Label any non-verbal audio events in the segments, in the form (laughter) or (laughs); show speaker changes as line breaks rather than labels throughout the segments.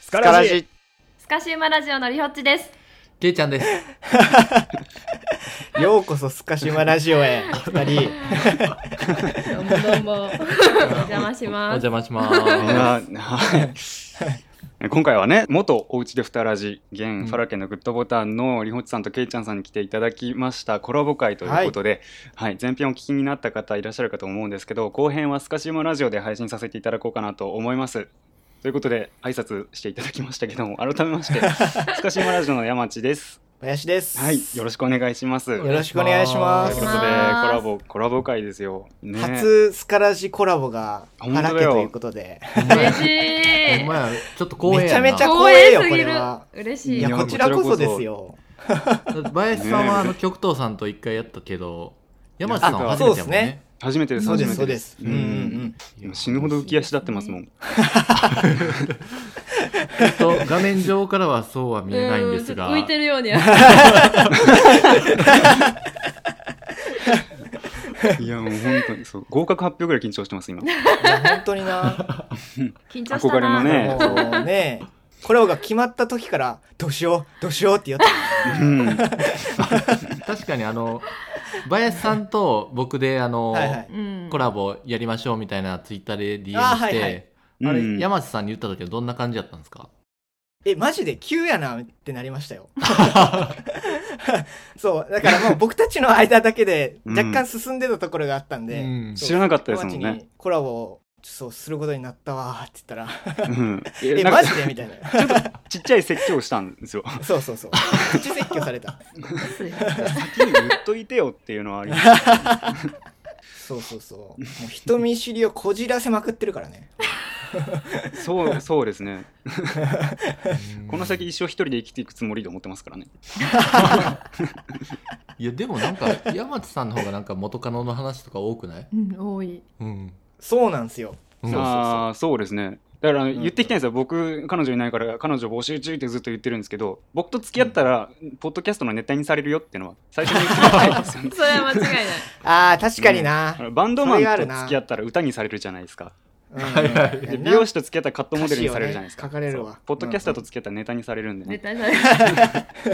スカ
カラ
ラ
ジ
ジ
スカシウマラジオのりほっちです。
けいちゃんです。
ようこそスカシマラジオへ二人
どうもどうも。お邪魔し
お
ます。
邪魔しま
いやはい今回はね元おうちでふたらじ現ファラケのグッドボタンのりほちさんとけいちゃんさんに来ていただきましたコラボ会ということで、はい前編お聞きになった方いらっしゃるかと思うんですけど後編はスカシウマラジオで配信させていただこうかなと思います。ということで挨拶していただきましたけども改め
(laughs)
ましてスカシウマラジオの山地です。
林です
はいよろしくお願いします。
よろしくお願いしま
という
す
ことでコラボコラボ会ですよ。ね、
初スカラジコラボが
本
ハ
当だ
ラ
よ
ケということで
嬉し
す。
い
お。前ちょっと光
めち
栄
ゃ
やな
めちゃ光
光
栄
栄
よ
す
こ
ぎ
れ
る
は。
嬉し
い
い。
や
いや
こちらこそですよ
林さん
ねえ
はあの極東さんと一回やったけど、山内さんは初めてやもんね。
初めてです
そう
初
で
め
す
て
そうですうんうんうん
今死ぬほど浮き足立ってますもん。
ちょっと画面上からはそうは見えないんですが、
う浮いてるように。あ
いやもう本当にそう合格発表ぐらい緊張して (laughs) ます今。
いや本当にな
緊張した
憧れの
な。
ね
もうねコラボが決まった時からどうしようどうしようって言って
うん
確かにあの林さんと僕であの、
はいはい
うん。
コラボやりましょうみたいなツイッターで DM して、
あ
あ,、
はいはい
うん
れ山内さんに言った時はどんな感じだったんですか？
えマジで急やなってなりました
(laughs)
よそうだからもう僕たちの間だけで
うん
若干進んでたところがあったんで、
うん
そう
知らなかったです
友
も
達
んね。
にコラボをそうすることになったわーって言ったら
うんい
え
やな
マ
んか
ジでみたいな
ちっちゃい説教したんですよ。
そうそう
(laughs)
そう口説教された
先に言っといてよっていうのはあります。
そうそうそうもう人見知りをこじらせまくってるからね
(laughs) そうそうですね。この
う
先
ん
一生一人で生きていくつもりと思ってますからね。
いやでもなんか山内さんの方がなんか元カノの話とか多くない？
うん、多い。
うん。
そうなんすよ
うん
そう
ああそうですね。だから
ん
言ってきたんですよ、僕、彼女いないから、彼女募集中ってずっと言ってるんですけど、僕と付き合ったら、ポッドキャストのネタにされるよっていうのは、最初に言ってきたん (laughs) ですよね
それは間違いない。
あー確かにな、
あのバンドマン
それがある
と
な
付き合ったら歌にされるじゃないですか。
うん
はいはい
で美容師と付き合ったらカットモデルにされるじゃないですか。
歌詞をね書かれるわ
そうポッドキャスターと付き合ったらネタにされるんで
(laughs) 絶対
ね。
な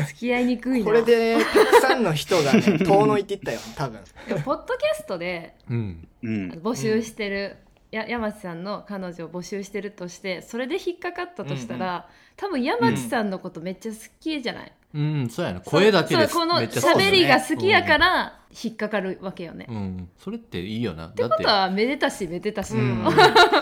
い。付き合いにくいな。
これでたくさんの人がね遠のいていったよ多分
でもポッドキャストで
うん。
うん。
募集してる。や山地さんの彼女を募集してるとしてそれで引っかかったとしたら、多分山地さんのことめっちゃ好きじゃない、
うん、そうやな。声だけで
そうこの
めっちゃ好き
喋りが好きやから引っかかるわけよね、
うん。うんそれっていいよな。
ってことはめでたしめでたし、
うん
(laughs)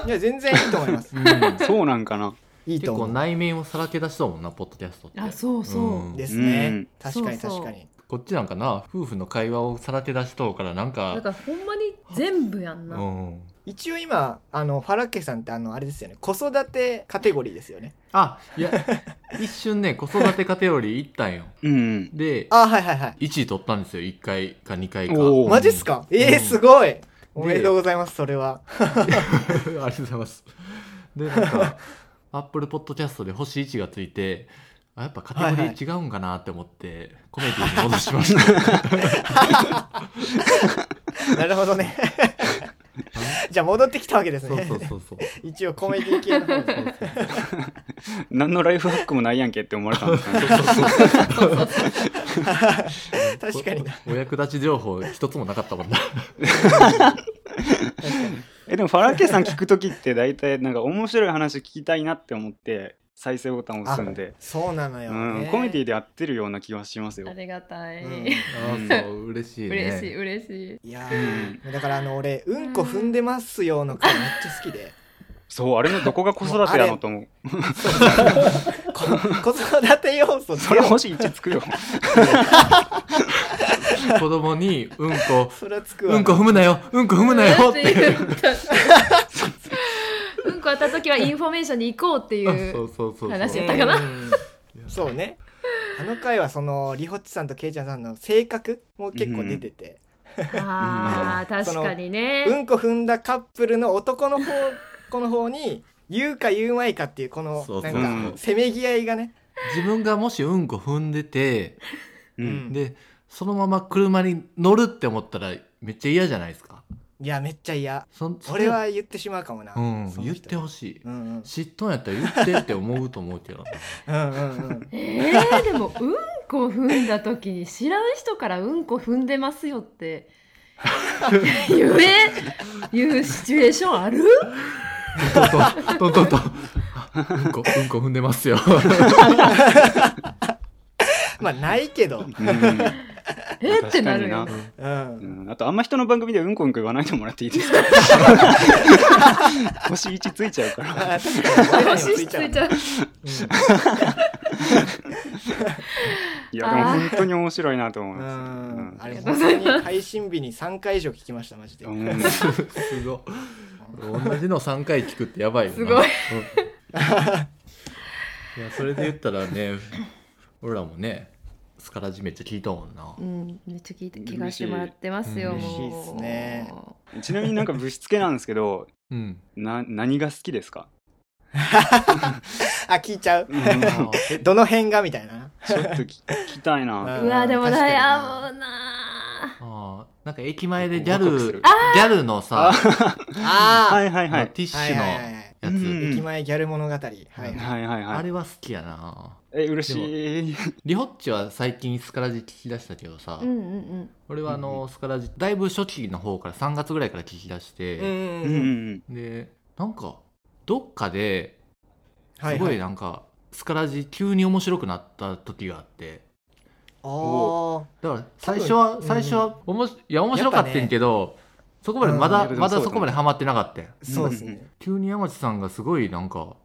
いや全然いいと思い
(laughs)
ます
だって、うん
そうなんかな。
いい
結
と思
構
う
内面をさらけ出しそうもんな、ポッドキャストって。
あそうそう、
ん
ですね、
うん
確かに
そうそ
確
う
かに
こっちなんかな、夫婦の会話をさらけ出しとうから、なんか、
だからほんまに全部やんな、
うん。
一応今あのファラッケさんってあのあれですよね子育てカテゴリーですよね
あ、いや、 (laughs) 一瞬ね、子育てカテゴリー行ったんよ。
うん。
で、
あはいはいはい
1位取ったんですよ、1回か2回か。
おー
マジっすか、えー、すごいおめでとうございますそれは
(laughs) ありがとうございます。で、なんか、アップルポッドキャストで星1がついて、あやっぱカテゴリー違うんかなって思って、コメディに戻しました。
なるほど
(laughs)
ねじゃあ戻ってきたわけですね
そうそうそうそう。
一応コメディ系の方で
何のライフハックもないやんけって思われたんですかね。
確かにな
お役立ち情報一つもなかったもんな。
え、でも、ファラケさん聞くときって、大体、なんか面白い話聞きたいなって思って、再生ボタンを押すんで、
そうなのよ、
うん
ね、
コメディで合ってるような気はしますよ
あ。りがたい、
うん
あーそう、嬉しい
嬉
ね。
しい嬉しい
いやーだからあの俺うんこ踏んでますよの回めっちゃ好き
(laughs)
で
そう、あれのどこが子育てやのと思う。
こ子育て要素
それ
ゼロ
星1つくよ。
子供に、うんこ、
それはつくわ
うんこ踏むなよ、うんこ踏むなよっ
ってて
いう。
言ったうんこあった時はインフォメーションに行こうってい
あ (laughs) そううそうそうそう。
話やったかな
うんそうねあの回はそのりほっちさんとけいちゃんさんの性格も結構出てて、
あー確かにね、
うんこ踏んだカップルの男の方この方に言うか言うまいかっていうこの
そう
な
そ
ん
う
かせめぎ合いがね
自分がもしうんこ踏んでて、
うん
うん
で、そのまま車に乗るって思ったらめっちゃ嫌じゃないですか。
いやめっちゃ嫌
そそれ
俺は言ってしまうかもな、
うん
その人
言ってほしい、
うんうん
知っとんやったら言ってって思うと思うけどな
うんうんうん
えー、でもうんこ踏んだ時に知らん人からうんこ踏んでますよって (laughs) 言え言うシチュエーションある
トントントントントンあうんこうんこ踏んでますよ
まあないけど、
うん
えー、ってなるよ
確かにな
ね
うん、
うんあとあんま人の番組でうんこうんこ言わないでもらっていいですか星1ついちゃうから
あ確かに俺らにもつ
星つ
い
い
ちゃう
ちゃう
いやでも本当に面白いなと思いうま
ん
す
あれ本当に配信日に3回以上聞きましたマジで、
うんうん
すごい同じの3回聞くってやばいよな
すごい
うんいやそれで言ったらね俺らもねスカラジめっちゃ聞いたもんな
うん、めっちゃ聞いて聞かしてもらってますよ。
嬉
しい
もう
嬉しいっすね
ちなみになんかぶしつけなんですけど
うん
な何が好きですか、
あ聞いちゃう
うんちょっ
どの辺がみたいな
と聞きたいな、
うわ、でもだい
あ
あもうな
あーなんか駅前でギャ
ワクワクす
ル
る
ギャルのさ
は
あ
いはい
あ
は
の
い
ティッシ
はい
ュの
はい
や
はい
つ、
うん
駅前ギャル物語、はいはい
はいはい
あ
はい
れは好きやな
え嬉しい
リホッチは最近スカラジ聞き出したけどさ、
うんうん
俺はあのスカラジだいぶ初期の方から3月ぐらいから聞き出し
うん
て、
う
うんん
う
うん
ん
でなんかどっかで
は
す
い
ご
はい
いなんか、スカラジ急に面白くなった時があって
あ
だから最初は、
多分
最初はおもしいや面白かったんけど、そこまでまだ、
うん
まだそこまでハマってなかったん
ーそうですね
急に山地さんがすごいなんか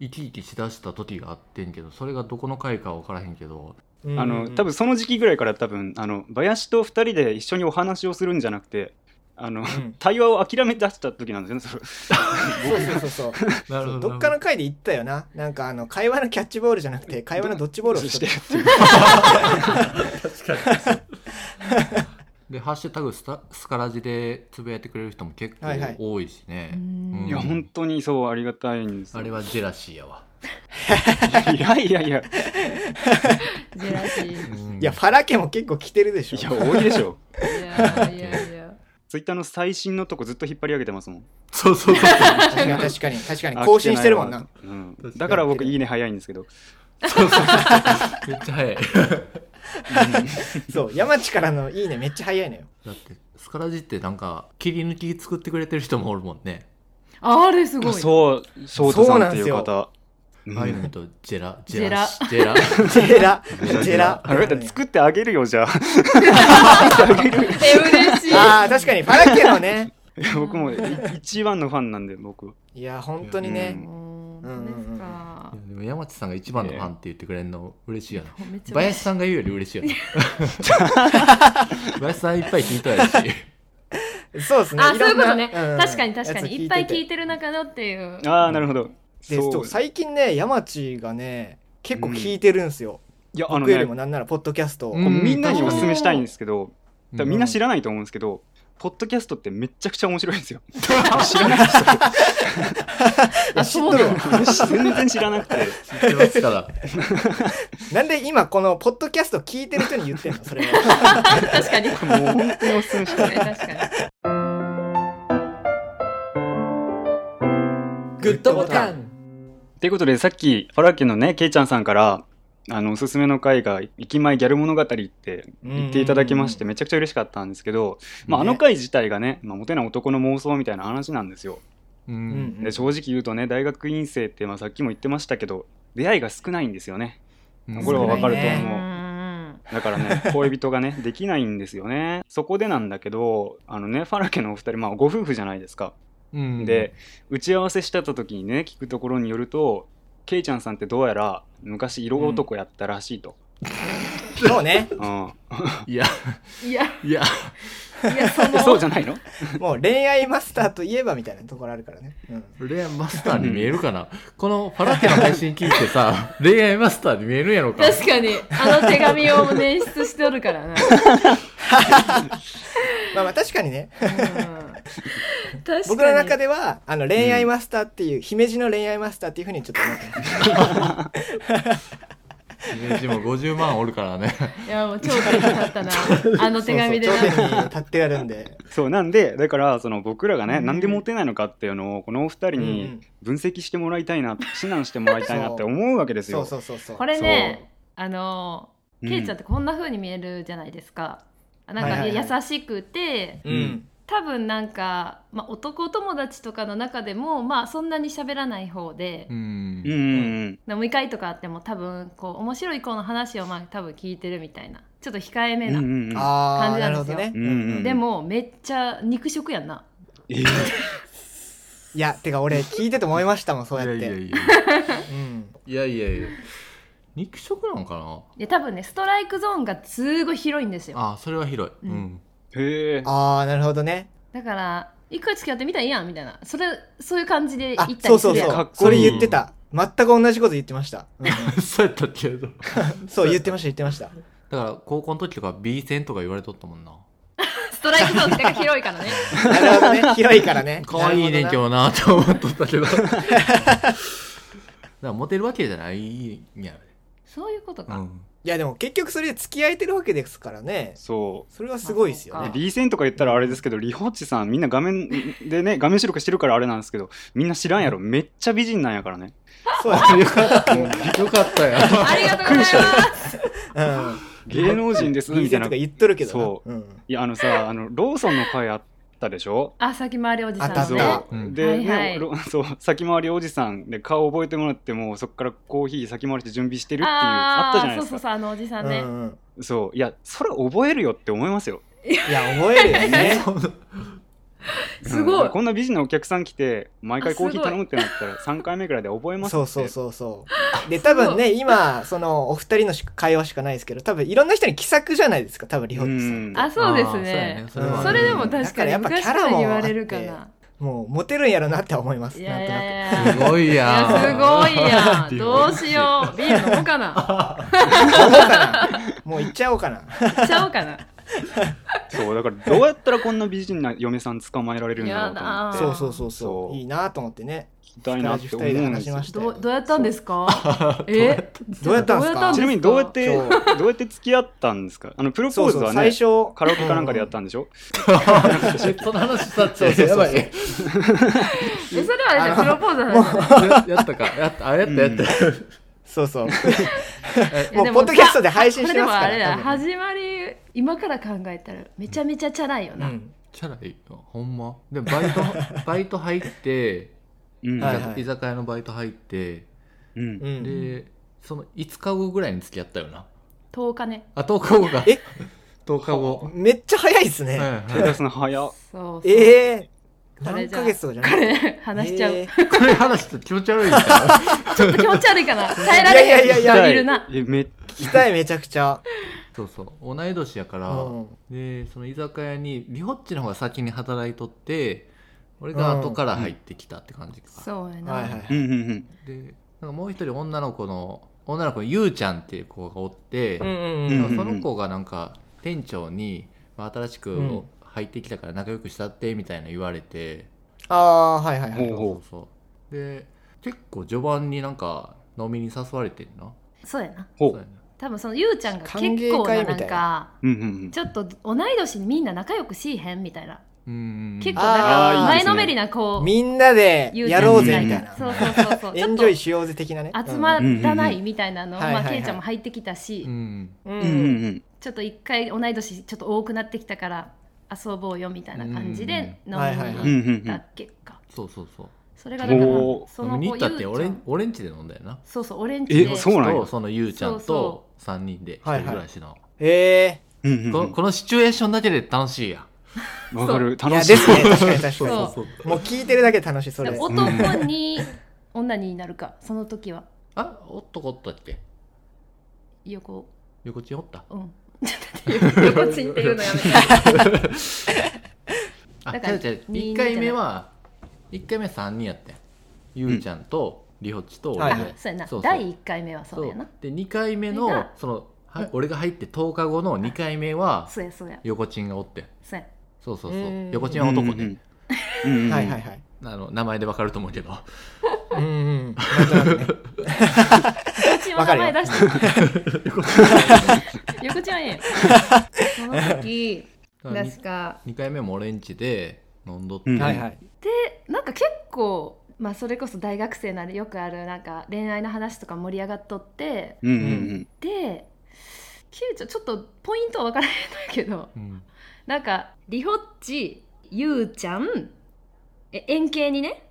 生き生きしだした時があってんけどそれがどこの回か分からへんけど
あの多分その時期ぐらいから多分あの林と2人で一緒にお話をするんじゃなくてあの、
ん
対話を諦め出した時なんですよねそれ
そうそうそうそう
な
そうどっかの回で言ったよななんかあの会話のキャッチボールじゃなくて会話のドッジボールをし
してて
る
で「ハッシュタグスタスカラジ」でつぶやいてくれる人も結構
はいはい
多いしね、
うん
いや本当にそうありがたいんですよ
あれはジェラシーやわ、
いやいやいや
うん。ジェラシー。
いやファラ家も結構来てるでしょ
いや多いでしょ
いやいやいや。
ツイッターの最新のとこずっと引っ張り上げてますもん
そうそうそう
確かに確かに確かに更新してるもんな
あ、来ていわうん
確かに
だから僕いいね早いんですけど
そうそ
(laughs)
うめっちゃ早い
そう山地からの「いいね」めっちゃ早
(laughs)
いのよ
だってスカラジってなんか切り抜き作ってくれてる人もおるもんね、
ああれすごい。
そう翔太さんっていう方
ああいう
うん
の見るとジェラ
ジ
ジェ
ェ
ラ
ラ
ジェラ
(laughs)
ジェラジ
ジ
ェ
ェ
ラ
ラ
あれだって作ってあげるよじゃあ
え、嬉しい。
あー確かにファラ家のね
僕もい一番のファンなんで僕
いや本当に
う
ね
んそうですか
いや。でも山地さんが一番のファンって言ってくれるの嬉しいよな、
めっちゃ嬉
林
しい。
さんが言うより嬉しいよ
(laughs)
な林さんいっぱい聞いたやし
そうですね
あ、そういうことね。
ろんなうん
確かに確かに。いっぱい聞
や
いてる中のっていう。
ああなるほど
つでそう最近ね山地がね結構聞いてるんですよ
いやあの
僕より
ね
もなんならポッドキャストを
う
こうみんな
(laughs)
にお
も
勧めしたいんですけど多分みんな
うん
知らないと思うんですけどポッドキャストってめちゃくちゃ面白いんですよ
あ、そうなの。
全然知らなくて
知ってますから
なんで今このポッドキャスト聞いてる人に言ってんのそれは
確かに。
もう本当におすすめしたい
確かに。
グッドボタン
ということでさっきファラケのねケイちゃんさんからあのおすすめの回が「駅前ギャル物語」って言っていただきましてめちゃくちゃ嬉しかったんですけど、まあ、あ
ね
の回自体がね、まあ、モテない男の妄想みたいな話なんですよ。
うん、
うん
で正直言うとね大学院生って、まあ、さっきも言ってましたけど出会いが少ないんですよね
うん
これはわかると
少ない
思う。
うん
だからね恋人がねできないんですよねそこでなんだけどあのねファラケのお二人、まあ、ご夫婦じゃないですか、
うん
で打ち合わせしてた時にね聞くところによるとケイちゃんさんってどうやら昔色男やったらしいと、
そうね
うん
いや
いや、
いや
いや、そ
え
の。
そうじゃないの
もう恋愛マスターといえばみたいなところあるからね、うん
恋愛マスターに見えるかな、このファラテの配信聞いて
(laughs)
さ恋愛マスターに見えるんやろか
確かにあの手紙を捻出しておるからな、
まあまあ確かにね
うん、確かに
僕の中ではあの恋愛マスターっていう、姫路の恋愛マスターっていうふうにちょっと思ってます
イメージも50万おるからね
いやもう頂点に
(laughs)
立ったなあの手紙でな
そうそう頂点に立ってやるんで
そうなんでだからその僕らがね、
うん
なんでモテないのかっていうのをこのお二人
うんう
に
ん
分析してもらいたいな、 (laughs) 指南してもらいたいなって思うわけです
そ
よ。
うそうそうそう
これねあのケイちゃんってこんな風に見えるじゃないですか、なんか、
はいはいはい
優しくて
うん
多分なんか、まあ、男友達とかの中でもまあそんなに喋らない方で、
うん
うんうん
飲み会とかあっても多分こう面白い子の話をまあ多分聞いてるみたいなちょっと控えめ
うん
な、
うんうんうん
ああ
感じ
なる
な
ほ
んです
ど
よ
ね、
うんうん
でもめっちゃ肉食やんな
ええ
いやてか俺聞いてて思いましたもんそうやって
いやいやいや
うん
いやいやいや肉食なのかない
や多分ねストライクゾーンがすごい広いんですよ
あそれは広い、う
うん
ん
へえ
ああなるほどね
だから一回付き合ってみたらいいやんみたいなそれそういう感じで行
あ
った
そう
りす
そう
るやん
そ
か
う
っ
そ
こい
れ
い
言ってた全く同じこと言ってました、うん
(laughs) そうやったっけど
そう言ってました言ってました
だから高校の時とか B 戦とか言われとったもんな
ストライクゾーンとかが広いからね
なるほどね広いからね
(laughs) 可愛いねん
な
け
るほどな
どなと思っとった (laughs) けどだからモテるわけじゃないんやね
そういうこと
う
か、
ん
いやでも結局それで付き合えてるわけですからね
そ
それはすごいですよ
う
あ
ね
ね
B 線とか言ったらあれですけどリホッチさんみんな画面でね画面白くしてるからあれなんですけどみんな知らんやろめっちゃ美人なんやからね
そうやね
よかったよかったよ
ありがとうございます
芸能人です
うん
み
B
た
線 (laughs)
いな
とか言っとるけどな
そう
うん
いやあのさあのローソンの回あったでしょ
あ先回りおじさん
あ
の
そ
そうう
ね
うん
で、
はいはい
ねロ (laughs) そう先回りおじさんで顔覚えてもらってもそこからコーヒー先回りして準備してるっていうあったじゃ
あ
ない
ー
で
そう
す
そ
か
うそうあのおじさん
う
ね、
んうん
そういやそれ覚えるよって思いますよ
いや覚えるよ
(laughs)
ね
すごい、
うんこんな美人なお客さん来て毎回コーヒー頼むってなっ
(laughs)
たら3回目ぐらいで覚えますっ
(laughs)
て
そうそうそうそうで多分ね今そのお二人のし会話しかないですけど多分いろんな人に気さくじゃないですか多分リホ
う
ッチさん
ん
あそうです
あー
ね
そうやねそれはね
それでも確
だ
か
から
に
やっぱ
昔
キャ
から
ラも
言われるかな
もうモテるんやろなって思います
い
な
や
ん
い
となく
やいや
すごい
い
や
やすごいやん
(laughs) リ
ど
ホ
う
ッチ
しようビール飲もう
(laughs)
か
行
な
こうかなもう行っちゃおうかな
行っちゃおうかな
そうだからどうやったらこんな美人な嫁さん捕まえられるんだろうと思
(laughs) あー
って
そうそうそうそ
そう
ういいなと思ってね
聞きたいなって思うんで
二人
すよ
で話しまし
どうどうやったんですかえ
どうやったんですか
ちなみにどうやって
そう
どうやって付き合ったんですかあのプロポ
そ
ー
う
ズ
そう
は
最
ね
初
カラオケかなんかでやったんでしょ
その話したっ
そうそうそうそう
や
えそれはじゃあプロポーズの話
ばいややったかやったあやったやった、
そうそう
いや
も
で
うポ
も
ッドキャストで配信
これ
し
で
ます
も
か
あれだ
ら
よ始まり今から考えたらめちゃめちゃチャラいよ
多分
な、
うん
チャラいほんまで
(laughs)
バイトバイト入って
うん
はいはい
居酒屋のバイト入って
うん
うん
でその5日後ぐらいに付き合ったよな
10日ね
あ10日後か (laughs)
え
10日後
めっちゃ早いですね、
はい
手出すの早っ
そうそう
ええー、
こ
何
れじゃあ
ヶ月とかじゃ
こ
ない
れ話しちゃう、
えー
これ話して気持ち悪いんだよ
ちょっと気持ち悪いか
(laughs)
な耐えられ
いやいやいや
へん人いるな
えめっ
聞きたいめちゃくちゃ、
(laughs) そうそう同い年やから、
うん、
でその居酒屋にリホッチの方が先に働いとって俺が後から入ってきたって感じか、
そうやな、
はいはい
うんうんうん
でなんかもう一人女の子の女の子のゆうちゃんっていう子がおって、
うんうん
うん
う
なん
ん
かその子がなんか店長にまあ新しく
うん
入ってきたから仲良くしたってみたいな言われて、
ああはいはいは
ほ
い
おうおう
そうそうで結構序盤になんか飲みに誘われてんな
そうやな
ほ
そうや
う
ね
多分そのゆうちゃんが結
歓迎
構な
会
な
み
ん
たい
か
うんうんうん
ちょっと同い年にみんな仲良くしいへんみたいな
うんうんうん
結構なんか
あーいいで
前
すね
のめりな子
みんなで
ゆちゃ
や
ん
ろうぜみたいな、
そうそうそうそう
エン
ち
ジョ
ょっ
イしようぜ的なね
と集まらないみたいなのを、
うんうんうん
まあ、
はいはいはい
けいちゃんも入ってきたし、
うん
うん
う
うん
うん
ん
うん
ちょっと一回同い年ちょっと多くなってきたから遊ぼうよみたいな感じで
うん
飲みに
はいはい
うん
行
うん
ったっけか
そうそうそう
それがだから
おー
そ
飲
の
みに行
子ゆ
っ
う
たって
ちゃ
俺ん
ん
俺んちで飲んだよな
そうそう俺んち
え
で
そうなんや
とそのゆうちゃん
そうそ
と3人で
はいはい
1人暮らしの、
え
うんうん
このこのシチュエーションだけで楽しいや
わかる
ー、いや
楽し
で
い
すね確かに確
そ
か
う
そう
にもう聞いてるだけで楽しいそれ
で男に女になるかその時は
あ男おったっけ
横
横地おった (laughs)
うんちょっと待って横ちんっていうのやめて
あ
だ
違
から
う違う
二人
1回目は1回目3人やってんゆうちゃんとりほっちと俺
は
で、
いはい
あそうやな
そうそう
第1回目はそう
そ
や
う
な
で2回目
それ
の
が
そのは
うん
俺が入って10日後の2回目は
そうやそうや
横ちんがおってん
そうや
そうそう
う
そう
ーん
横ちんは男
うん
ね
うんうんうんうん
はいはいはい
あの名前でわかると思うけど
うんうん。なんとなく
(laughs)
ね。
ちの名前出してた。(laughs)
(laughs)
横ちゃんええよ。その時、 (laughs) 確か、
2回目も俺んちで飲んどっ
う
て、
ん
はいはい。
なんか結構、まあそれこそ大学生なんでよくある、なんか恋愛の話とか盛り上がっとって、
うんうん
で、急遽ちょっとポイントは分からへんだけど、 (laughs)
うん
なんか、リホッチ、ゆうちゃん、え円形にね、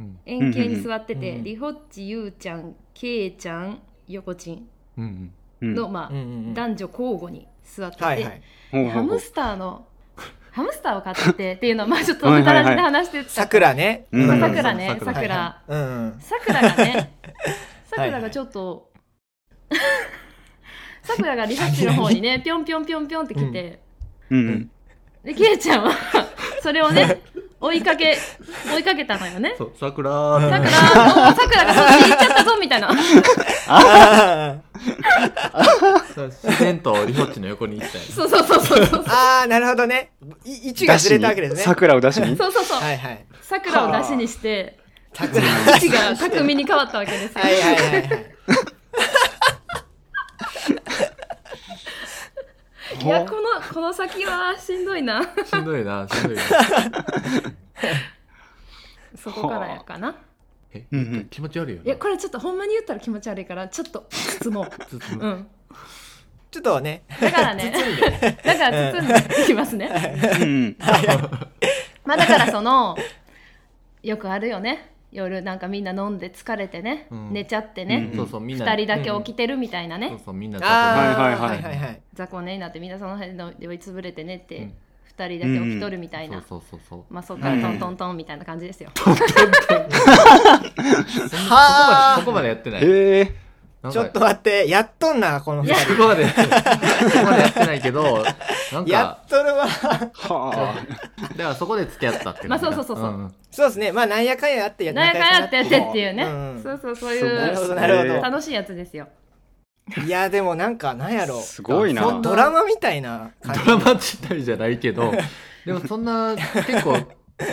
うん
円形に座って
うんうん
て、
うん
リホッチ、ゆうちゃん、けいちゃん、横ちん
うんうん、
うん。
の、ま
うんうんう
あ、
ん。
男女交互に座ってて、
はいはい。
ほうほ
ハ
うほ
ム
う
スターのハムスターを買ってっていうのはまあちょっと
はい
お
はい
た
はい
らじで話してた
さくらね。
うん
まあさくらね
うん
さくら
うんうん。
さくらがねさ
はい
くらがちょっと (laughs) さくらがリハッチの方にねぴょんぴょんぴょんぴょんって来て、
うんうん
でけいちゃんは (laughs) それをね追いかけ追いかけたのよね
そう桜
さ
ー
くらさくらがそっち行っちゃったぞみたいな
あー
自然とリホッチの横に行ったよ
そうそうそうそうそう
あー、なるほどね。い位置がずれたわけですね。
桜を出しに。
そうそうそう
はいはい。
さくらを出しにして
さくら。
位置が巧みに変わったわけですよ
はいはいはいはい。
いやこのこの先はしんどいな
しんどいなしんどいな
そこからやかな。
え
うんうん
気持ち悪いよ
い
ね
やこれちょっとほんまに言ったら気持ち悪いからちょっと包も
つつ
う。うん。
ちょっとね。
だからね。だから包んでいきますね。
(laughs) うん
まあだからそのよくあるよね。夜なんかみんな飲んで疲れてね、
うん
寝ちゃってね、
うん
そうそうみんな
二人だけ起きてるみたいなね、
そうそうみんな
あー、
はいはいはい
はいはい。
雑魚寝になってみんなその辺で酔いつぶれて寝
う
て
ん
二、人だけ起きとるみたいな。
そうそうそう
まあそっからトントントンみたいな感じですよ。 (laughs)
そう
はー
そこまでそこまでやってない
へえ。
なんか
ちょっと待って、やっとんな、この
い
二
や
人。
そこまでやってないそこまでやってない
(laughs)
けどなん
や
か
っとるわ。
は
だからそこで付き合ったって
まあそうそうそうそうん
ん
そうですね。まあ、なんやかんやあってや
なんやかんやってやってっていうね、
うんうん
そうそうそう
ないるほど、
う
なるほ
楽しいやつですよ。
ど。いや、でもなんか、なんや
あ。
ろ。
すごいな。
そんな
ドラマみたいな感じ。
ドラマ自体じゃない
(laughs)
けどでもそんな結構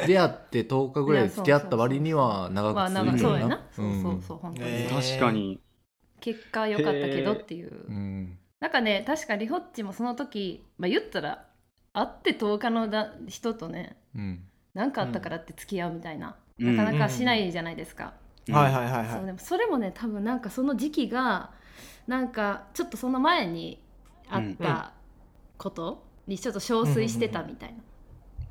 出会って10日ぐらい付き合った割には長
まあ
く
なんか
続いてる
そうやな。そう
うん
そうそう本当に。
えー
確かに。
結果良かったけどっていう、
うん
なんかね確かリホッチもその時、まあ、言ったら会って10日のだ人とね
うん
何かあったからって付き合うみたいな、
うん
なかなかしないじゃないですか、
はいはいはい
そう
は
でもそれもね多分なんかその時期がなんかちょっとその前にあ
う
っ
んうん
たことにちょっと憔悴してたみたい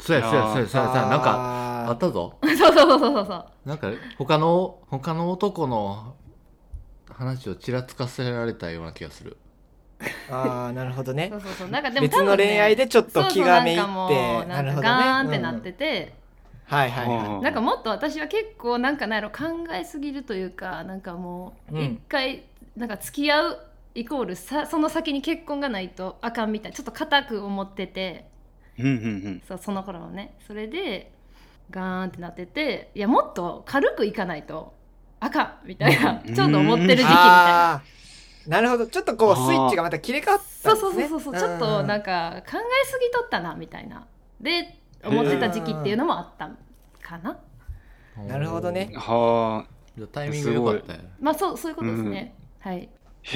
そうやそうやそうや
い。
そうやそうやなんかあ
か
ったぞ
な、 (laughs) そうそうそうそうそうそう
なんか他の他の男の話をちらつかせられたような気がする。
あーなるほどね
そうそうそうなんかでも
別の恋愛でちょっと気がめいって
そうそうなんかもう
な
なん
る
か
ほどね
ガーンってなっ
うん
てて、
はいはいは
なんかもっと私は結構なんかなんやろ考えすぎるというかなんかも
う
うん一回なんか付き合うイコールさその先に結婚がないとあかんみたいなちょっと固く思ってて
うんうん
そうその頃のねそれでガーンってなってていやもっと軽くいかないとあかんみたいな
うん
ちょっと思ってる
い
時期みたいな。
あーなるほどちょっとこうスイッチがまた切れ替わった
そ
ん
う
で
そう
すね
そうそう、ちょっとなんか考えすぎとったなみたいなで思ってた時期っていうのもあったかな、
なるほどね
うん。はあ。
じゃあタイミング良かったよ。
まあそうそういうことですね、はい
へ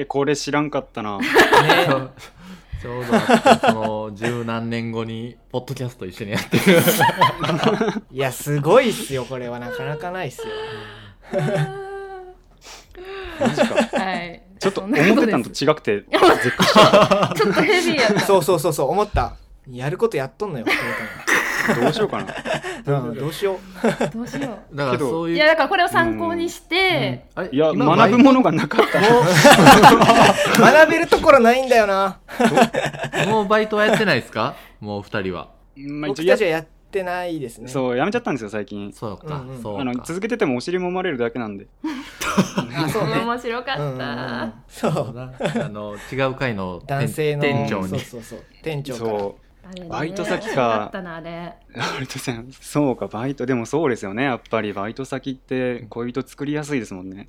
え、これ知らんかったな。
ちょ (laughs) ちょうどあったその十何年後にポッドキャスト一緒にやってる。
いやすごいっすよこれはなかなかないっすよ
はい。
ちょっと
そん
思
なこ
って
です
たんと違くて。
ちょっとヘビーやった。
そうそうそうそう思ったやることやっとんのよ
どうしようかな。
本当にうんどうしよう
どうしよ
だからそう
う。
いう。
いやだからこれを参考にして、
あれ
いや、
今
学ぶものがなかった。
学べるところないんだよな
バイもうバイトはやってないですかもう二人は。
まあ一応
僕
や
たちはやってないですね
そう、やめちゃったんですよ、最近。
そうか、
うんうん
そ
あ
う
の
か。
続けててもお尻もまれるだけなんで。
あそうね
面白かった。
うんうんうんそう
あの違う会の店
男性の
店長
そう
に。
そうそう店長から
そう。
あれね
バイト
面
先か
白かったなあれ。
バイト先そうかバイトでもそうですよねやっぱりバイト先って恋人作りやすいですもんね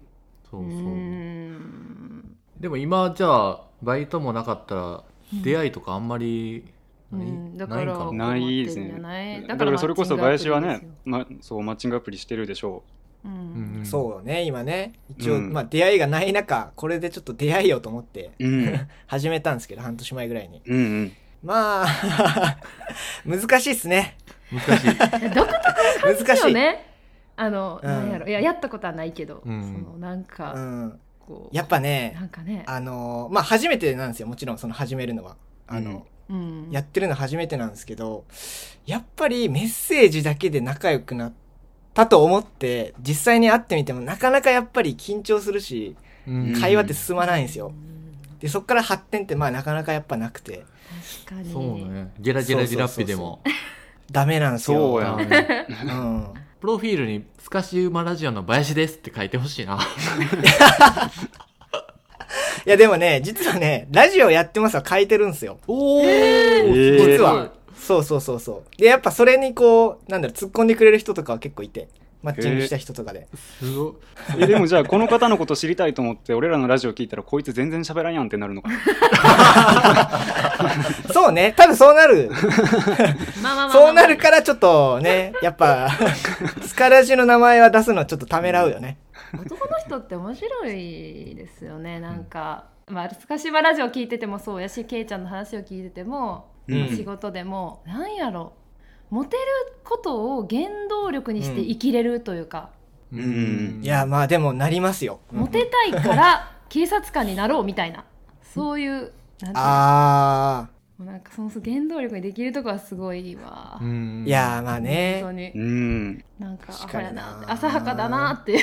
そうう
ー
そう。
ん。
でも今じゃあバイトもなかったら出会いとかあんまり
う
ない,、
んだか
ないん
ら
かな
ないですね
困ってんじゃない
だからそれこそ
マッ
林
チングア
は
プリですよ
ねま、そうマッチングアプリしてるでしょ
う
うん
ん。
うん
そうね、今ね。一応、
うん
まあ出会いがない中、これでちょっと出会いようと思って
うん。
始めたんですけど、半年前ぐらいに。
うんうん。
まあ、 (laughs) 難しいっすね。
難しい。
独特で
難
す
し
よ
い。
ね。あの、
うん
なんやろいややったことはないけど、
うん
そのなん
う
か
ん。
こう、
やっぱね
な、んかね、
あのーまあ初めてなんですよ。もちろんその始めるのは。あの、
うん、
やってるの初めてなんですけど、やっぱりメッセージだけで仲良くなったと思って、実際に会ってみてもなかなかやっぱり緊張するし、
(laughs)
うん
会話って進まないんです
う
よ。
ん
で、そっから発展ってまあなかなかやっぱなくて、
確かに。
そうね。ゲラゲラジラッピでも。
ダメなんですよ。
そうや
あ
ん
の
うん。
プロフィールに「スカシウマラジオの林です」って書いてほしいな。
いやでもね、実はね、ラジオやってますは書いてるんですよ。
おお、
ー
実は。そうそうそうそう。で、やっぱそれにこう、なんだろう、突っ込んでくれる人とかは結構いて、マッチングした人とかで。
すごい。
え、でもじゃあ、この方のこと知りたいと思って、俺らのラジオ聞いたら、こいつ全然喋らんやんってなるのかな。
そうね、多分そうなる。
まあまあまあまあ
そうなるからちょっとね、やっぱ、スカラジの名前は出すのちょっとためらうよね。
男の人って面白いですよね。なんか、まあスカシマラジオ聞いててもそうやし、ケイちゃんの話を聞いてても、
う
仕
ん。
事でも、なんやろ。モテることを原動力にして生きれるというか、
うん
いや、まあでもなりますよ。
モテたいから (laughs) 警察官になろうみたいな、そういうなんていうの
あ
もうなんかその原動力にできるとこはすごいわ
う。ん
ー、いやーまあね
本当。に、
うん。
なんかア
確
ホ
か
や
にな
なって浅はかだなってい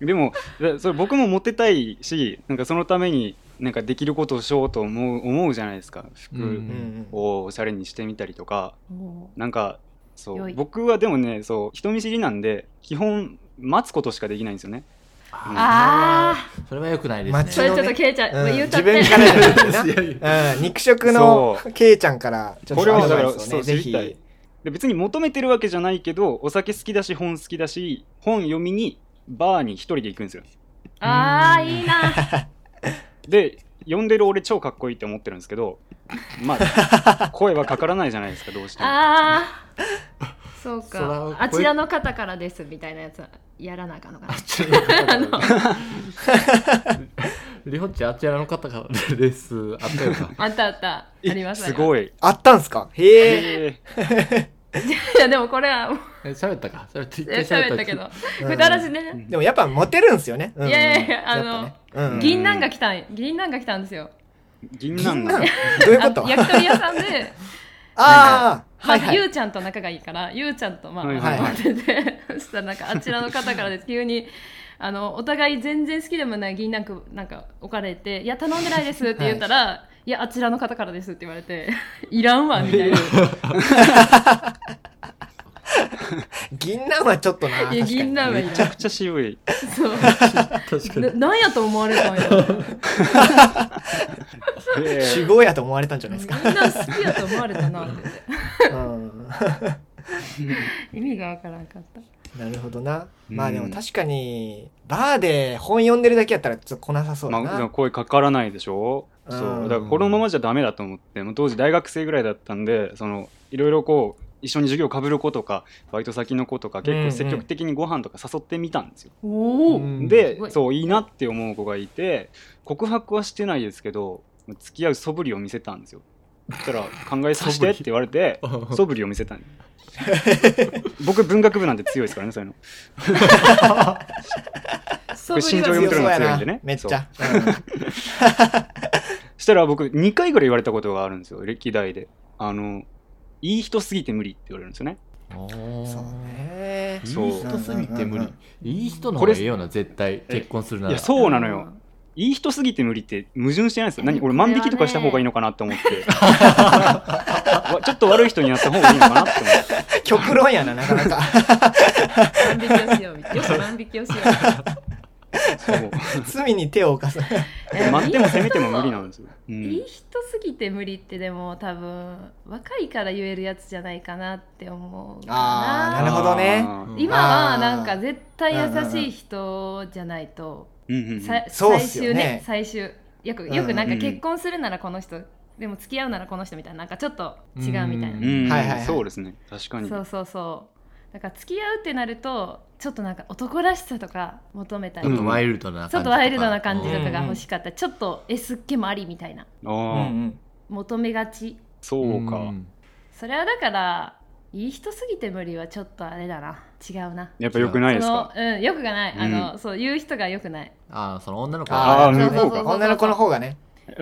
う。
でも、だそれ僕もモテたいし、なんかそのために、なんかできることをしようと思う、思うじゃないですか。
う
(laughs)
服
うんんうん
をおしゃれにしてみたりとか、
もう
なんか、そ
良
う。
い
僕はでもね、そう、人見知りなんで、基本、待つことしかできないんですよね。
ああ、
それは良くないです
そ
ね。
れちょっとケイちゃん、
うん
言うた
自
って。
分からじゃなくてな。
いやいや
うん、肉食の
そ
ケイちゃんからちょっ
これ
とア
は
ド
だか
バ
ら
イス
そ
を
う
ね、
知
ぜ
りたい
ひ。
で別に求めてるわけじゃないけどお酒好きだし本好きだし本読みにバーに一人で行くんですよ
ああ、いいな。
(laughs)
で呼んでる俺超かっこいいって思ってるんですけどま
(laughs)
あ声はかからないじゃないですかどうしても
ああ、そう
そら
か。あちらの方からですみたいなやつはやらなあかんの
(laughs)
かな。
リホッチあちらの方からです。あったよな。
あったあった。あ
え
ります。
す
い。
ごい
あったんすかへえ。
え
(laughs) いやでもこ
(laughs)
れはもう
え喋ったか。それ一回
喋
喋
っ
ったた
け
け
ど
ど。、
うん
くだらしね。
でもやっぱモテるんすよね。うんうん
いやいやいやあの
やっぱねうん
銀杏が来たん、銀杏が来たんですよ。
ー銀なん
銀
だ
杏どういうこ
あ
と
焼き鳥屋さんで。
ああ、
ま
はい
ず
はい。
ゆうちゃんと仲がいいからゆうちゃんとまあ
はい
はい
待っててそしたらなんかあちらの方から
(laughs)
です急にあのお互い全然好きでもない銀なんかなんか置かれて「いや頼んでないです」って言ったら「い、やあちらの方からです」って言われて (laughs) 「いらんわ」みたい
(laughs)
な「
銀杏はちょっとな。
いや
確かに
銀杏はい
め
らん
ちゃくちゃ渋い
そう
確か
な
に。
なんやと思われたんやろ
え
主
ー
語やと思われたんじゃない
銀
ですか。
杏好きやと思われたな」って
うん
(laughs) 意味がわからんかった
なるほどな。まあで
う
も
ん
確かに、バーで本読んでるだけやったらちょっと来なさそうだ
まあ、でも
な。
声かからないでしょ
うん
そうだからこのままじゃダメだと思ってもう当時大学生ぐらいだったんでそのいろいろこう一緒に授業かぶる子とかバイト先の子とか結構積極的にご飯とか誘ってみたんですよ、
おお、
うん
です
ごい
そういいなって思う子がいて告白はしてないですけど付き合う素振りを見せたんですよそしたら「考えさせて」って言われて素振りを見せたん僕文学部なんて強いですからねそういうの
そう
心情
強
読
そ
み
う
取るの
や
強いん
な
でね。
めっちゃ。
したら僕2回ぐらい言われたことがあるんですよ歴代であのいい人すぎて無理って言われるんですよね
うんそうね。
そう
いい人すぎて無
うんうんうんう
理
ん。
いい人の方がええよな、絶対。
え
結婚するないら
や。そうなのよ、いい人すぎて無理って矛盾してないですよ何俺万引きとかした方がいいのかなって思って
(laughs)
わちょっと悪い人になった方がいいのかなって思
(laughs)
って
極論やな、なかなか。
(laughs)
万引きをしようみたいなよし万引きをしよ
そう
罪に手を犯す。
ういや
待っても攻めても無理なんですよ、うん
いい人すぎて無理ってでも多分若いから言えるやつじゃないかなって思うか
あーなるほどね
あー
今
あ
は
ー
なんか絶対優しい人じゃないと、
うんうんうん
さ
そうっ
最
す
終
よ
ね
ね
最終よくよくなんか
うんうん
結婚するならこの人でも付き合うならこの人みたいななんかちょっと違うみたいな
う
うんん、
はいはいはい
そうですね確かに
そうそうそうだから付き合うってなるとちょっとなんか男らしさとか求めた
ち
り、
ょっ
う
と
ん
ワイルドな感じ
ちょっとワイルドな感じと
うん
かが欲しかったり、ちょっとエスっ気もありみたいな
あ
う
あ、
ん
求めがち
そうか、
ん
それはだからいい人すぎて無理はちょっとあれだな違うな
やっぱ良くないですか
そのうんよくがない、あ
う
のそう言う人がよくない
ああその女の子
あ
が
あ
ー
そう
向こう
そうそう
か
そう
女の子の方がね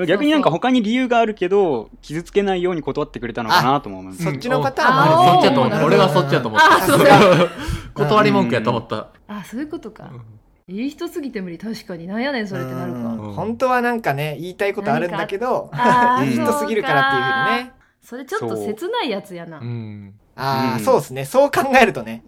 逆になんか他に理由があるけど傷つけないように断ってくれたのかなとも思います
そっちのパターンも
あ
ある
そっちやと思った俺はそっちやと思った
あそう
断り文句やと思った
あそういうことか、いい人すぎて無理確かになんやねんそれってなるか、
うん
うん
本当はなんかね言いたいことあるんだけど
あ
(laughs)
ー
いい人
そう
すぎるからっていうね
それちょっと切ないやつやな
う。ん
ああ、
うん
そうですねそう考えるとね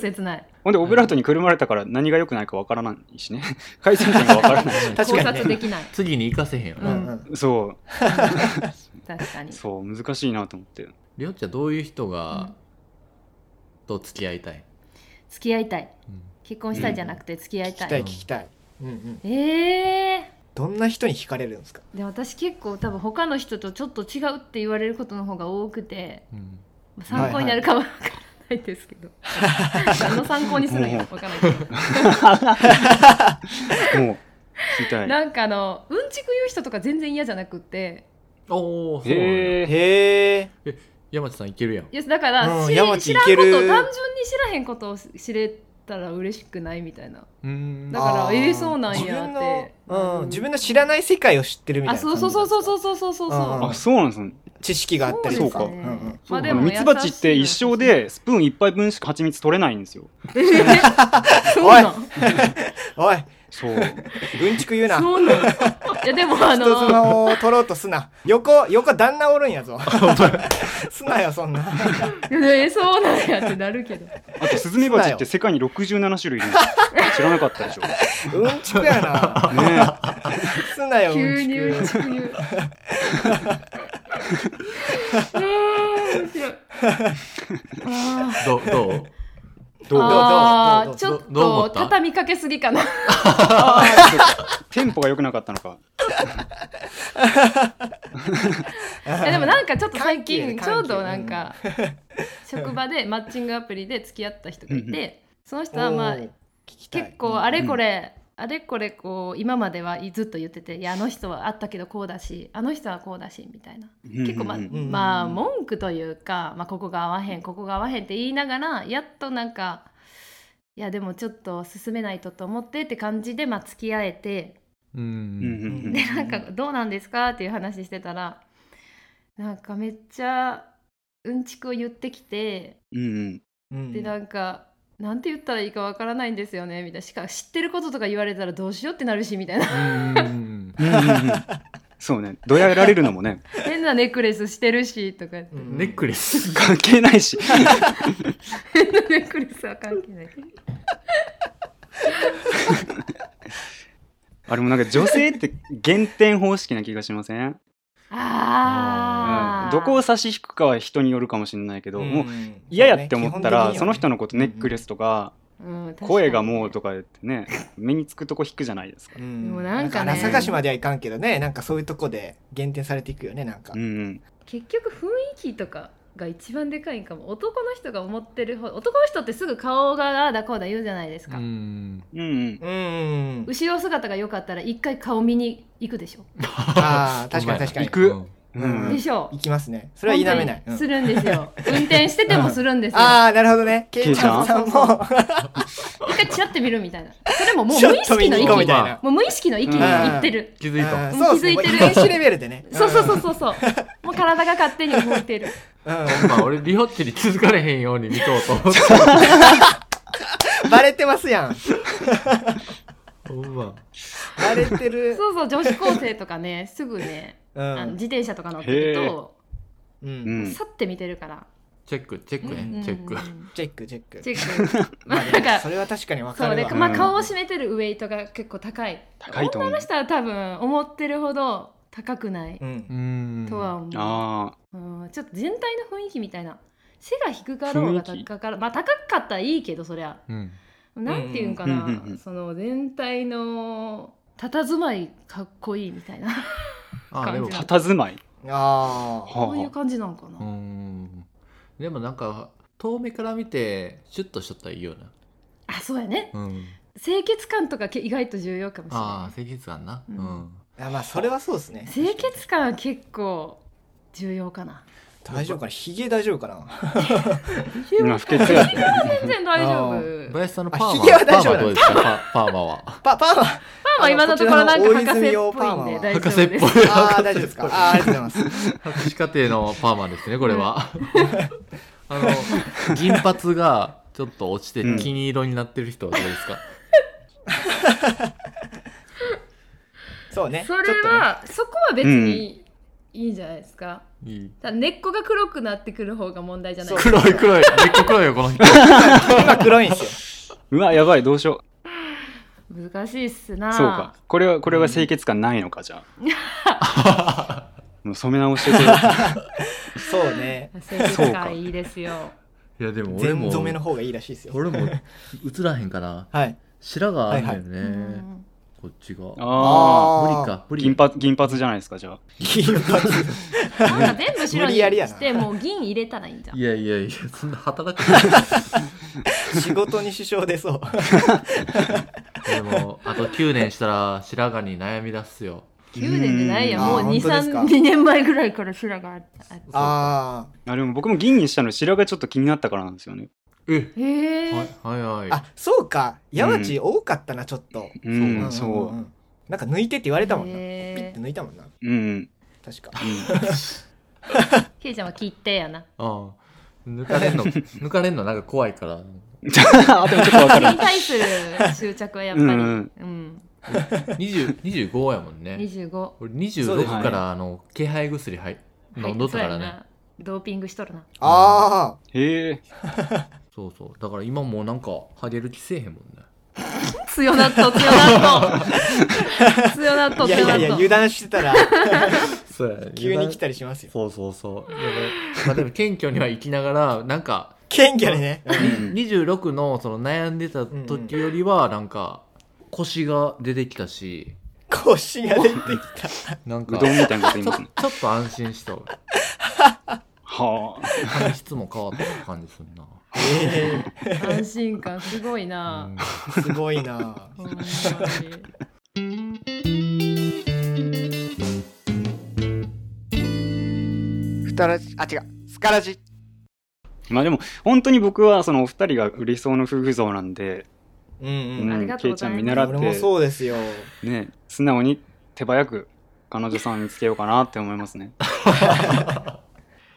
切ない。
ほんでオブラートにくるまれたから何が良くないかわからないしね (laughs) 改善点がわ (laughs) からないし
確
考
か
察
にね
できない。
次に行かせへんよ
う
な、
ん
うん
そ
確かに
う。そう難しいなと思 (laughs) って
りょうちゃんどういう人
う
が
ん
と付き合いたい、
付き合いたい。
うん
結婚したいじゃなくて付き合い
聞
た
きたい
い
聞。きたい、うんうん、
え
どんな人に惹かれるんですか
ー。で私結構多分他の人とちょっと違うって言われることの方が多くて
うん
参考になるかは分からないですけど何の参考にするのか分からないけど
もう聞きたい
なんかあのうんちく言う人とか全然嫌じゃなくって
おおそうなんや
へえ
へえ
山地さんいけるやん
いやだか
う
ら
ん
知
山
れ
地
知
い
らんこ
け
と
る
単純に知らへんことを知れたら嬉しくないみたいな
うん
だから
あー
ええそうなんやって
自分の、うん
うん
自分の知らない世界を知ってるみたいな
あそうそうそうそうそうそうそうそう
うん
あそうなんですね
知識があったり
そ
と
う
か
か
んん
まあ
あ
で
の
も
ミツバチって一生でスプーン一杯分しか蜂蜜取れないんですよ
優しいなそうなん
おい
そう
うんちく言うな人
そうなんいやでもあの
妻を取ろうとすな横横旦那おるんやぞ (laughs) すなよそんな
(laughs) いやええそうなんやってなるけど
あ (laughs) とスズメバチって世界に67種類いるんですよ知らなかったでし (laughs) ょね
うんちくやな (laughs) すなようん
(laughs) 急
ち
にうん
く
ちく言うあー面白いあー
どうどう
えどう
あ
あ
ど
ー
う
ちょっ
どう思
と
った
畳みかけすぎかな
テンポが良くなかったのか
いやでもなんかちょっと最
緩
近
急
ちょうどなんか職場でマッチングアプリで付き合った人がい
うんう
てその人はまあ
おー聞きたい
結構あれこれ、あれこれこう今まではいずっと言ってて「いやあの人はあったけどこうだしあの人はこうだし」みたいな結構ま,、
うんうん
うん
まあ文句というか、まあ、ここが合わへんここが合わへんって言いながらやっとなんか「いやでもちょっと進めないと」と思ってって感じで、まあ、付き合えて
う
うんうん
ん
うんうん
でなんか「どうなんですか?」っていう話してたらなんかめっちゃうんちくを言ってきて
うんうん
うん
でなんか、なんて言ったらいいかわからないんですよねみたいなしか知ってることとか言われたらどうしようってなるしみたい
(laughs)
な
うん
うんうんうんそうねどやられるのもね
変なネックレスしてるしとか言って
うん
ネックレス
関係ないし
変 (laughs) なネックレスは関係ない
あれもなんか女性って減点方式な気がしません、う
あ
ん
あ、
どこを差し引くかは人によるかもしれないけど、もうん嫌やって思ったら、
基
そ
本的には
の
ね
人のことネックレスとか、
うん、確かに
声がもうとか言ってね目につくとこ引くじゃないですか。
う
でも
ん
なんかね
なんか探しまではいかんけどねなんかそういうとこで減点されていくよねなんか、
うんうん、
結局雰囲気とかが一番でかいんかも男の人が思ってる方男の人ってすぐ顔がああだこうだ言うじゃないです
う
か、
ん
うんうん
うん
後ろ姿が良かったら一回顔見に行くでしょ、
ああ確かに確かに
行く
うん
うん
でしょう
行きますねそれは否めない、
本当に
うん
するんで
(laughs)
すよ運転しててもするんですよ
ああなるほどねケイちゃんさん
ケイちゃん
も
一回チラって見るみたいなそれももう
ちょ
無
っ
意
と見
識の
に
域
行こうみたいな
もう無意識の域に行ってる、
気づいた
あー
も
そ
う
う
気づいて
ですね
る
もう遺伝子レベルでね
(laughs) そうそうそうそうそうもう体が勝手に動いてる
うん、
まあ俺リホッチに続かれへんように見とうと思って
うんバレてますやん
ほんま
バレてる
そうそう女子高生とかねすぐね、
う
あの
ん
自転車とか乗ってると
う
うんん
さって見てるから、
チェックチェック
うんうんう
ね
ん
チェック
チェックチェック
チェックま
まあ
あ
で
な
も
んか
それは確かに
(laughs)
わか
そう
る
で、
わ
まあ、
うん
顔を占めてるウェイトが結構高い
高いと思う
女の人は多分思ってるほど高くないう
うんん
とは思
あ
う、うんちょっと全体の雰囲気みたいな背が低かろうが
雰囲気
高かろうまあ高かったらいいけどそりゃ
うん
なんていうんかな、
うんうんうん
その全体の佇まいかっこいいみたいな
あーでも
あ佇まい
ああ。
はあ
こういう感じなんか
うー
な。
んでもなんか遠目から見てシュッとしとったらいいよな、
あ、そうやね。
うん、
清潔感とかけ意外と重要かもしれ
ああ
な
清潔感な、う
うんん
あまあ、それはそうですね
い。。清潔感は結構重要かな。
大丈夫かなヒゲ大丈夫かな
今不潔やって
全然大丈
あ
夫。
林さんのパーマ
あひげは大丈夫
パーマどうですかパパーマは
パ、パーマ
パーマ今のところなんか博士っぽいんで大丈
博
夫
士っ
で
ぽい
す。
ああ、大丈夫ですか。ああ、ありがとうございます。
博士課程のパーマですねこれは (laughs) あの銀髪がちょっと落ちて
うん
金色になってる人はどうですか、
そうね。
そ
ちょ
れ
っとね、
は、そこは別にいいんじゃないですか。
いい
ただ根っこが黒くなってくる方が問題じゃないですか。
黒い黒いめっこ黒いよこの人
今黒いんです
うわやばいどうしよ
難しいっす
う
な。
そうかこれはこれは清潔感ないのかじゃあもう染め直してくれ
よ。そうね。
清潔感いいですよ。
いやでも俺
全
も
染めの方がいいらしいですよ。
俺も映らへんかな
はい。
白があるんだよね、
うん
こっちが
ああ
ー
無理か無理
銀髪銀髪じゃないですかじゃあ
金髪。
なんか全部白
無
に
理やりやな
してもう銀入れたらいいんじゃん
い。やいやいやそんな働くない
仕事に支障出そう。
でもあと9年したら白髪に悩み出すよ
9年じゃないや
うん
も
あ
う
ー本当ですか
23二年前ぐらいから白があった
あ
あでも僕も銀にしたの白髪ちょっと気になったからなんですよね
え
へえ、
はいはい
あ。
はい
あ、そうか。山内多かったな、ちょっと。
う
うん
ん
んん
そ
ん。なんか抜いてって言われたもんな。ピ
へー
ッて抜いたもんな。
ううん
(laughs)
確か。
ケイちゃんは切ってやな
あ抜かれんの抜かれんのなんか怖いから
あでもちょっとわか
それ
る
に対する執着はやっぱり
う
うんん、
20 25やもんね
25
俺
そうです
26
ね
からあの気配薬入飲んどったから
そうや
ね
なドーピングしとるな
あ
へえ
そうそうだから今もうなんかハゲる気せえへんもんね
強なっと強
(laughs)
なっと強なっ
あ。
と
いやい
強
や
なっ
いや、
と
油断してたら、
そうや
急に来たりしますよ。
そうそうそうでもまあでも謙虚には生きながらなんか
謙虚にね。
26のその悩んでた時よりはなんか腰が出てきたし
(laughs) 腰が出てき
(laughs)
た。
なん
う
か
どんみたいなこと言い
ちょ
ます
ち
ね
ょっと安心した俺
は
(laughs)
あ
髪質も変わった感じすんな
え
安心感すごいな、
えすごいな。
ほんまに
ふたらじ、あ、違う。スカラジ。
まあでも本当に僕はそのお二人が理想の夫婦像なんで
うん
う
うん。
あり
ん
が
ケ
とう
イ
ご
ち
ざ
ゃ
い
ん
ます
見習っ
俺も
て
そうですよ。
ね素直に手早く彼女さん見つけようかなって思いま
(laughs)
すね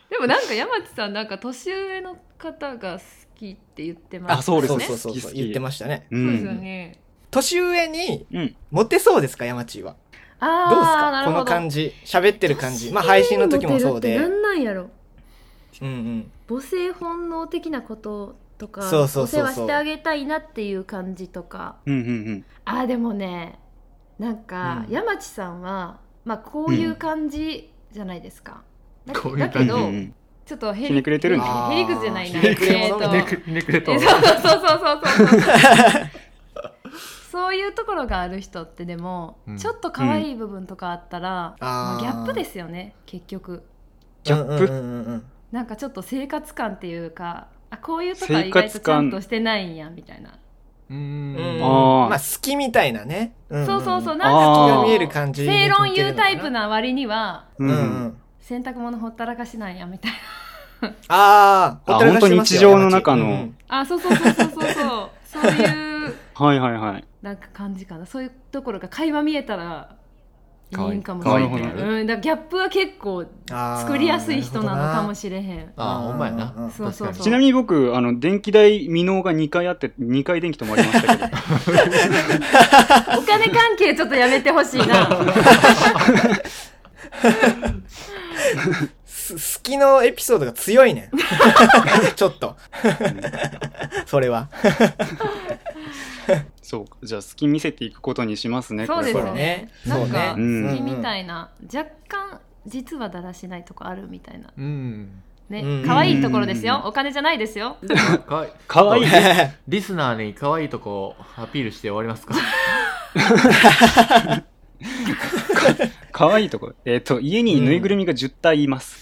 でもなんか山地さんなんか年上の方が好きって言ってます
あそうです
そう
ね
そうそう
好き
そ
好
う。
き
言ってましたね。
う
そうですよ
ん
ね、
年上に
うん
モテそうですか、山地は。どうです
ああな
か
る
こ
ほど
の感じ。喋ってる感じ。まあ配信の時もそうで。
な
うん
んなんやろ
うん。
母性本能的なこととか
そうそうそうそう
お世話してあげたいなっていう感じとか
うんうん
あーでもねなんか、
うん
山地さんは、まあ、こういう感じじゃないですか、だ
こういう
だ
感じ
け
うんう
ど、
んうん
ちょっとへ
ひねくれてるんだ
へりくつじゃないな
ひねくれ
えー
者みたいな
と
ひねくれ
えそうそうそうそうそうそうそういうところがある人ってでも、
うん
ちょっと可愛い部分とかあったら、
うん
ま
あ
あ
ー
ギャップですよね結局
ギャップ
うんうんうんうん
なんかちょっと生活感っていうかあこういうとこは意外と
生活
ちゃ
感
んとしてないんやみたいな、
う
うん
ん
あー
まあ好きみたいなね。んん
そうそうそうなん
あー
かこう
気が見え
る感じに似て
正
るのかな
論言うタイプな割には
う
うん
ん
う
うん
ん。
洗濯物ほったらかしなんやみたい
ああ、
あ
ほったらかしてますよ
本当日常の中の
山地うん
なあそうそうそうそうそうそうそういう
はいはいはい
なんか感じかなそういうところが会話見えたらいいんかもし
かわい
れ
い
な
な
い
るほど
うん、だからギャップは結構
あー
作りやすい人なのかもしれへん
あほんまやな
うんうんうん
そうそうそう
ちなみに僕あの電気代未納が2回あって2回電気止まりまし
(laughs)
たけど
お金関係ちょっとやめてほしい
(laughs)
な
す好きのエピソードが強
(laughs)
いねんちょっと (laughs) それは (laughs)
そうかじゃあ好き見せていくことにしますね
そうです
これ
よ
から
ね
そうね
なんか
うん
好きみたいな若干実はだらしないとこあるみたいな
うん
う
ね
ん
可愛いところです
うん
よお金じゃないですよ
かわい
かわいい
リスナーに可愛いとこアピールして終わりますか
可愛いところ。えっ、と、家にぬいぐるみが10体います。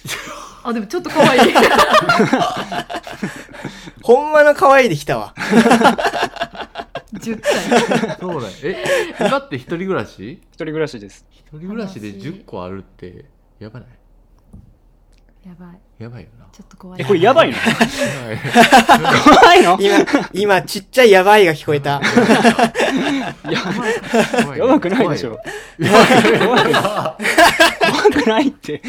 あ、でもちょっと可愛
(laughs)
い。
ほんまの可愛いできたわ。
10歳。
そうだよえ今って一人暮らし
一人暮らしです。
一人暮らしで10個あるってやばない
やばい。
やばいよな
ちょっと怖い。
え、これやばいの
はい
怖 (laughs) いの
今、今、ちっちゃいやばいが聞こえた。 (laughs)
怖い
やばくないでしょ。
怖い
怖くないって。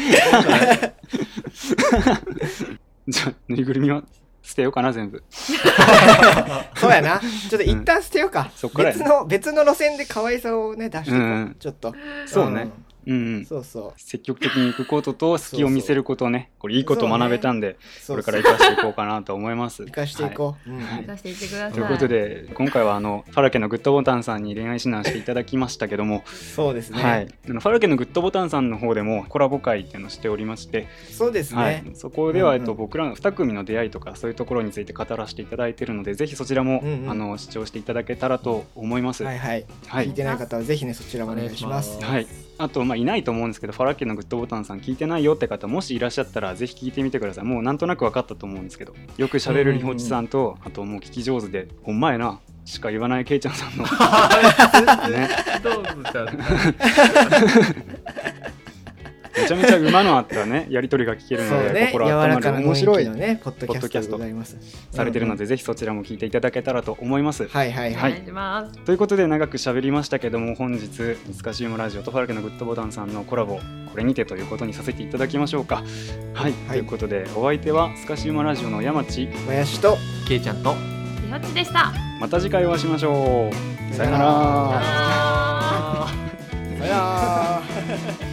じゃあ、ぬいぐるみは捨てようかな、全部。
そうやな。ちょっと一旦捨てようか。
そっからや
別
ね
の、別の路線で可愛さをね、出していこう。
うん
ちょっと。
そうねうんうん、
うん。そうそう。
積極的に行くことと、隙を見せることね。これ、いいこと
そうね
学べたんで、
そ
こ
うそ
れか
う
ら生かしていこうかなと思います。
生かしていこう。うん
生かしていってください。
ということで、今回はあのファラケのグッドボタンさんに恋愛指南していただきましたけども、
そうですね。
はい、あのファラケのグッドボタンさんの方でもコラボ会っていうのをしておりまして、
そうですね。
はい、そこでは、
うんうん
えっと、僕らの2組の出会いとかそういうところについて語らせていただいてるのでぜひそちらも、
うんうん
あの視聴していただけたらと思います。
はいはい。
はい
聞いてない方はぜひね、そちらもお願いします。
はい、あと、まあ、いないと思うんですけど、ファラケのグッドボタンさん聞いてないよって方、もしいらっしゃったら、ぜひ聞いてみてください。もうなんとなく分かったと思うんですけど、よく喋るりほちさんと、あともう聞き上手で、ほんまやな、しか言わないけいちゃんさん
(laughs)
の、ね、
どうぞじゃ
めちゃめちゃ馬のあったね、 (laughs) やり取りが聞ける
そ
の
う
で、
ね、柔
心温
ら
ま
か
る
な
面白
雰囲気
い
のね、ポッドキャストでございます。
されてるの
で。
で、ぜひそちらも聞いていただけたらと思います。
はいはい
お
はい。
願いします。
ということで長く喋りましたけども本日「難しいもラジオ」と「ファラケのグッドボタン」さんのコラボこれにてということにさせていただきましょうかは
は
い、
い
ということでお相手は「難しいもラジオ」の山地
林と、
けいちゃんと
りほっちでした。
また次回お会いしましょうさよなら
さよなら。